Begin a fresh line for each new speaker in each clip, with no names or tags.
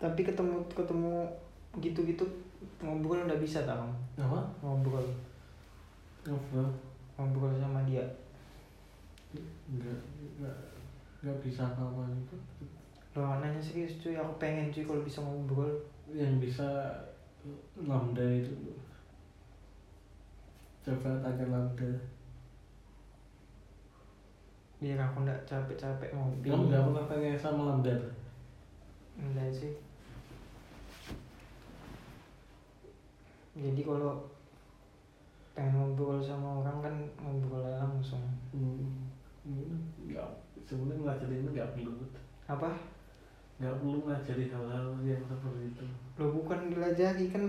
tapi ketemu ketemu gitu-gitu ngobrol nggak bisa tau
apa
ngobrol
ngobrol
ngobrol sama dia
nggak nggak nggak bisa apa-apa gitu. itu
lo nanya serius cuy aku pengen cuy kalau bisa ngobrol
yang bisa lambda itu coba tanya lambda
biar aku nggak capek-capek ngopi
kamu nggak pernah tanya sama lambda Bro?
Enggak sih. Jadi kalau pengen ngobrol sama orang kan ngobrol aja langsung.
Hmm, nggak sebenarnya ngajarin itu nggak perlu
Apa?
nggak perlu ngajari hal-hal yang seperti itu
Lo bukan dilajari kan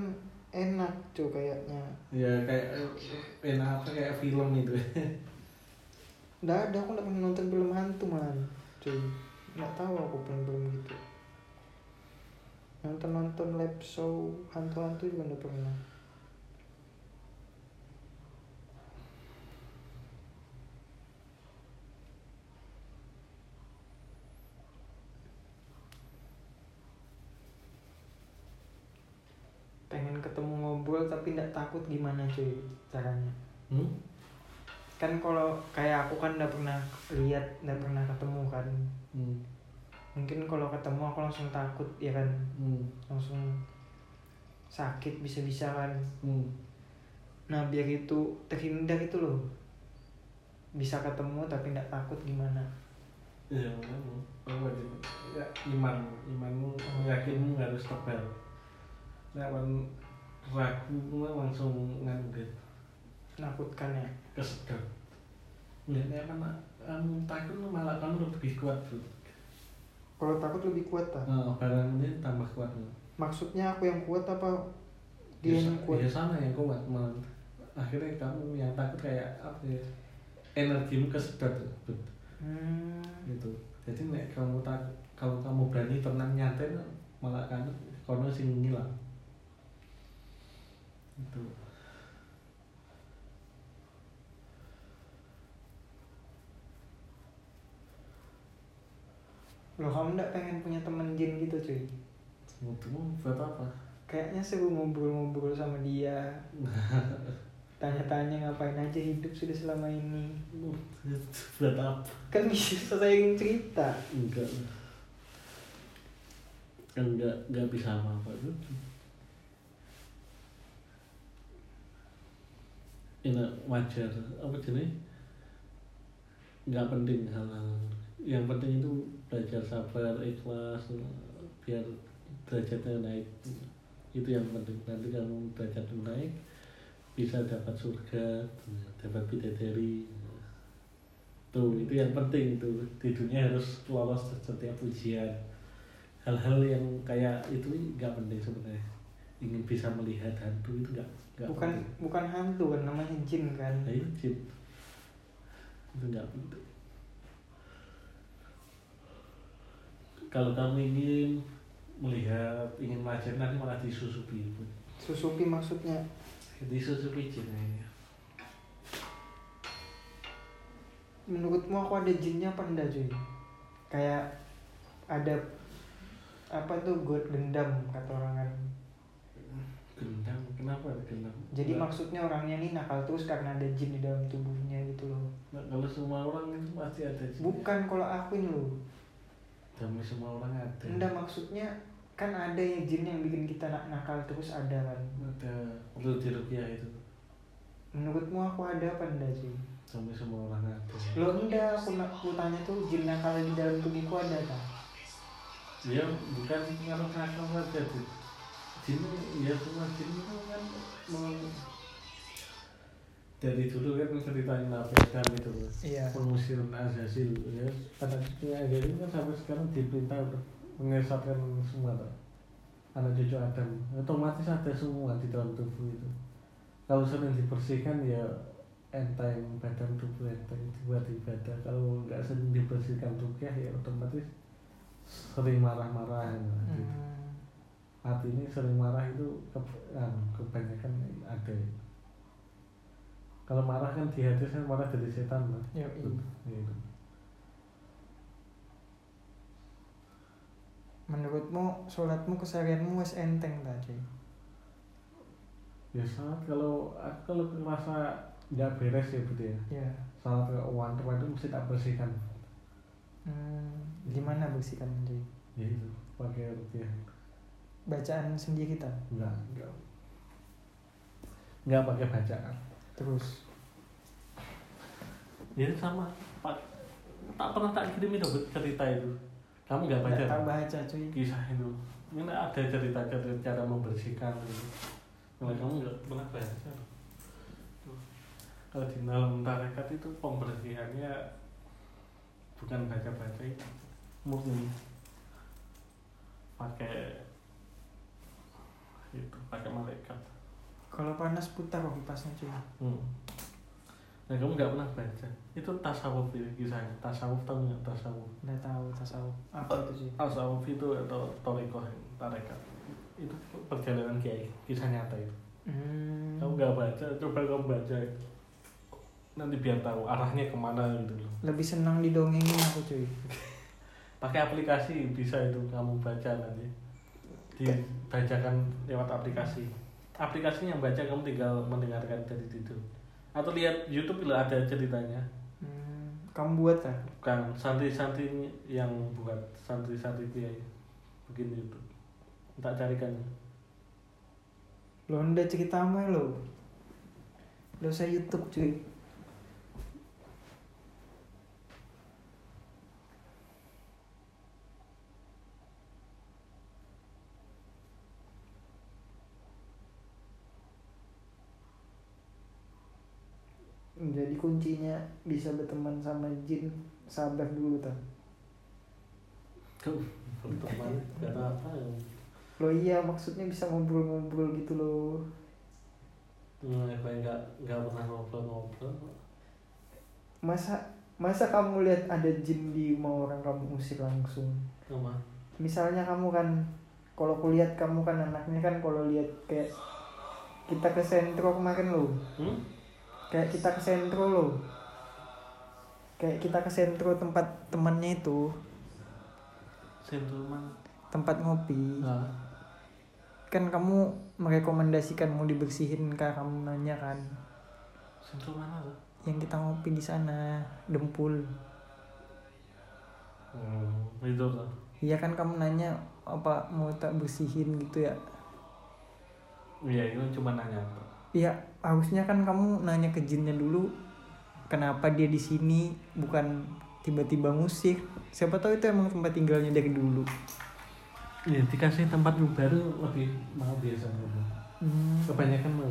enak tuh kayaknya.
ya kayak eh, enak apa kayak film gitu. itu
Nggak ada, aku nggak pernah nonton film hantu man. Cuy, nggak tahu aku film-film gitu. Nonton-nonton lab show hantu-hantu juga nggak pernah. pengen ketemu ngobrol tapi nggak takut gimana cuy caranya
hmm?
kan kalau kayak aku kan nggak pernah lihat nggak pernah ketemu kan
Hmm.
mungkin kalau ketemu aku langsung takut ya kan
Hmm.
langsung sakit bisa-bisa kan
Hmm.
nah biar itu terhindar itu loh bisa ketemu tapi nggak takut gimana
Ya, kamu, kamu wajib. Ya, iman, imanmu, yakinmu harus tebal. Lawan ragu mah langsung nganu deh,
nakutkan ya
kesedot. Ya, ya kan, kamu takut lu malah kan kamu lebih kuat tuh.
kalau takut lebih kuat tak
Nah, barang ini tambah kuat. Bro.
maksudnya aku yang kuat apa dia
Ya,
yang
sa-
kuat
Ya sama yang kuat malah. Akhirnya kamu yang takut kayak apa ya? Energimu kesedot tuh.
Hmm.
gitu jadi nek kamu tak kalau kamu berani tenang nyantai malah kan kono sing ngilang Gitu. itu
Loh kamu gak pengen punya temen jin gitu cuy?
sebetulnya buat apa
Kayaknya seru ngobrol-ngobrol sama dia Tanya-tanya ngapain aja hidup sudah selama ini
buat apa
Kan bisa saya cerita
enggak kan enggak enggak bisa apa apa itu ini wajar apa jenis nggak penting hal-hal yang penting itu belajar sabar ikhlas biar derajatnya naik itu yang penting nanti kalau derajatmu naik bisa dapat surga dapat bidadari tuh itu yang penting tuh di dunia harus lolos setiap ujian hal-hal yang kayak itu nggak penting sebenarnya ingin bisa melihat hantu itu nggak nggak
Bukan
penting.
bukan hantu kan namanya jin kan
Nah, itu jin itu nggak penting kalau kamu ingin melihat ingin belajar nanti malah disusupi ibu
Susupi maksudnya
disusupi jin ya.
Menurutmu aku ada jinnya apa enggak cuy? Kayak ada apa tuh god dendam kata orang kan
gendam kenapa ada gendam
jadi
Nggak-
maksudnya orangnya ini nakal terus karena ada jin di dalam tubuhnya gitu loh
nggak- kalau semua orang itu pasti ada jin
bukan kalau aku ini loh
Demi semua orang ada.
Enggak maksudnya kan ada ya jin yang bikin kita nak nakal terus ada kan.
Ada perlu dirupiah itu.
Menurutmu aku ada apa enggak sih?
Demi semua orang ada.
Lo enggak aku, nak- aku tanya tuh jin nakal di dalam tubuhku ada tak?
Ya bukan pengaruh nakal saja tuh. Jin ya semua jin itu kan meng- dari dulu kan ceritain Nabi Adam itu loh.
Iya.
pengusiran Azazil ya karena cucunya Azazil kan sampai sekarang diperintah untuk menyesatkan semua tuh anak cucu Adam otomatis ada semua di dalam tubuh itu kalau sering dibersihkan ya enteng badan tubuh enteng dibuat ibadah kalau nggak sering dibersihkan tubuh ya otomatis sering marah-marah gitu.
Hmm.
hati ini sering marah itu ke, anu, kebanyakan ada kalau marah kan di hati kan marah dari setan Iya, lah
iya. Yoi.
Gitu.
menurutmu sholatmu keseharianmu wes enteng ta cuy
ya salah kalau aku kalau ngerasa nggak beres ya gitu ya
ya
salah ke wantu itu mesti tak bersihkan
hmm, gimana bersihkan cuy
ya itu pakai rupiah
bacaan sendiri ta
enggak enggak enggak pakai bacaan
terus
ya sama pak tak pernah tak kirim itu Bu, cerita itu kamu nggak baca
nggak tak baca cuy
kisah itu ini ada cerita cerita cara membersihkan gitu. kalau kamu nggak pernah baca Tuh. kalau di dalam tarekat itu pembersihannya bukan baca baca itu murni pakai itu pakai malaikat
kalau panas putar kok kipasnya cuy
hmm. nah kamu nggak pernah baca itu tasawuf itu kisahnya tasawuf tahu nggak tasawuf
nggak tahu tasawuf apa itu cuy
Tasawuf itu atau torikoh tarekat itu perjalanan kiai kisah nyata itu
hmm.
kamu nggak baca coba kamu baca itu nanti biar tahu arahnya kemana gitu loh
lebih senang didongengin aku cuy
pakai aplikasi bisa itu kamu baca nanti dibacakan lewat aplikasi aplikasinya yang baca kamu tinggal mendengarkan dari situ atau lihat YouTube lah ada ceritanya
hmm. kamu buat ta
bukan santri-santri yang buat santri-santri kiai bikin YouTube tak carikan
lo ndak cerita sama lo lo saya YouTube cuy jadi kuncinya bisa berteman sama jin sabar dulu ta
Kau teman kata apa ya?
lo iya maksudnya bisa ngobrol-ngobrol gitu loh
Hmm, apa yang nggak nggak pernah ngobrol-ngobrol?
masa masa kamu lihat ada jin di rumah orang kamu usir langsung
Sama.
misalnya kamu kan kalau kulihat kamu kan anaknya kan kalau lihat kayak kita ke sentro kemarin loh
Hmm?
kayak kita ke sentro loh kayak kita ke sentro tempat temannya itu
Sentruman.
tempat ngopi
Nah,
kan kamu merekomendasikan mau dibersihin kak kamu nanya kan
sentruman apa?
yang kita ngopi di sana dempul
Hmm, itu lah.
iya kan kamu nanya apa mau tak bersihin gitu ya
Iya, itu cuma nanya. apa.
Iya, harusnya kan kamu nanya ke jinnya dulu kenapa dia di sini bukan tiba-tiba musik. Siapa tahu itu emang tempat tinggalnya dari dulu.
Iya, dikasih tempat yang baru lebih mahal biasanya. Kebanyakan mahal.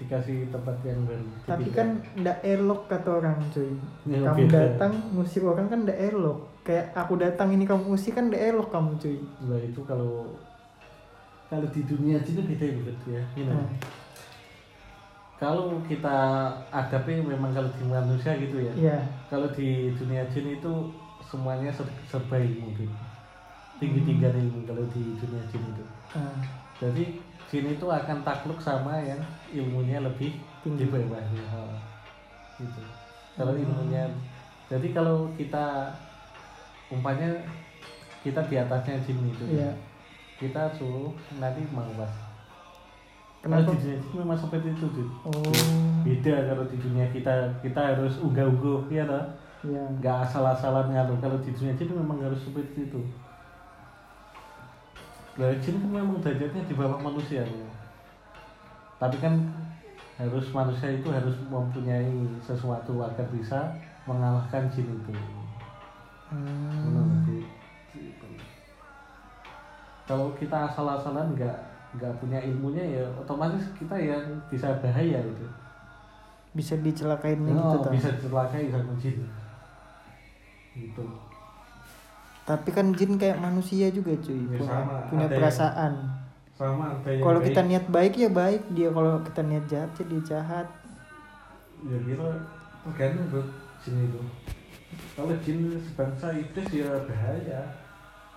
Dikasih tempat yang baru.
Hmm, Tapi kan ndak elok kata orang cuy.
Ya,
kamu
beda.
datang musik orang kan ndak elok. Kayak aku datang ini kamu musik kan ndak elok kamu cuy.
Nah, itu kalau kalau di dunia jin itu beda ya, Bet, ya. Gini.
Nah,
Kalau kita adabnya memang kalau di manusia gitu ya.
Iya,
kalau di dunia jin itu semuanya ser- serba ilmu Bin. tinggi tinggi
Hmm.
ilmu kalau di dunia jin itu
nah,
jadi jin itu akan takluk sama yang ilmunya lebih
Tinggi. Hmm.
tinggi bawahnya Ha, gitu kalau ilmunya jadi kalau kita umpanya kita di atasnya jin itu
iya.
kita suruh nanti mawas kalau
Kenapa?
di Iya. dunia jin memang seperti itu Bin.
Oh,
beda kalau di dunia kita kita harus unggah-ungguh ya toh?
iya.
nggak asal-asalan ngatur kalau di dunia jin memang harus seperti itu nah jin kan memang derajatnya di bawah manusia ya. tapi kan harus manusia itu harus mempunyai sesuatu agar bisa mengalahkan jin itu
Hmm.
Menurut di- di- kalau kita asal-asalan nggak nggak punya ilmunya ya otomatis kita yang bisa bahaya itu
Bisa dicelakain gitu
oh,
ta.
bisa dicelakai sama jin gitu
Tapi kan jin kayak manusia juga cuy.
Ya,
punya,
sama.
punya
Ada yang-
perasaan.
sama ada yang
Kalau
baik.
kita niat baik ya baik dia kalau kita niat jahat ya dia jahat.
ya kita tergantung bro jin itu kalau jin sebangsa iblis ya bahaya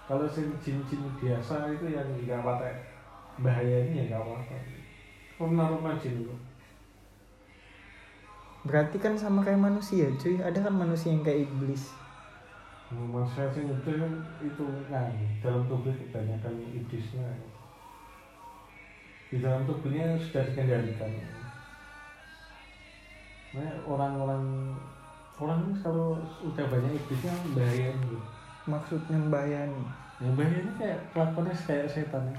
kalau sing jin-jin biasa itu yang nggak pakai bahaya ini ya nggak apa-apa rumah-rumah jin itu
Berarti kan sama kayak manusia cuy. Ada kan manusia yang kayak iblis.
Memang saya sih nyetir kan itu kan dalam mobil kebanyakan iblisnya. Di dalam mobilnya sudah dikendalikan. Nah, orang-orang orang kalau udah banyak iblisnya bahaya gitu.
maksudnya bayani
Yang bahaya ini kayak kelakuannya kayak setan.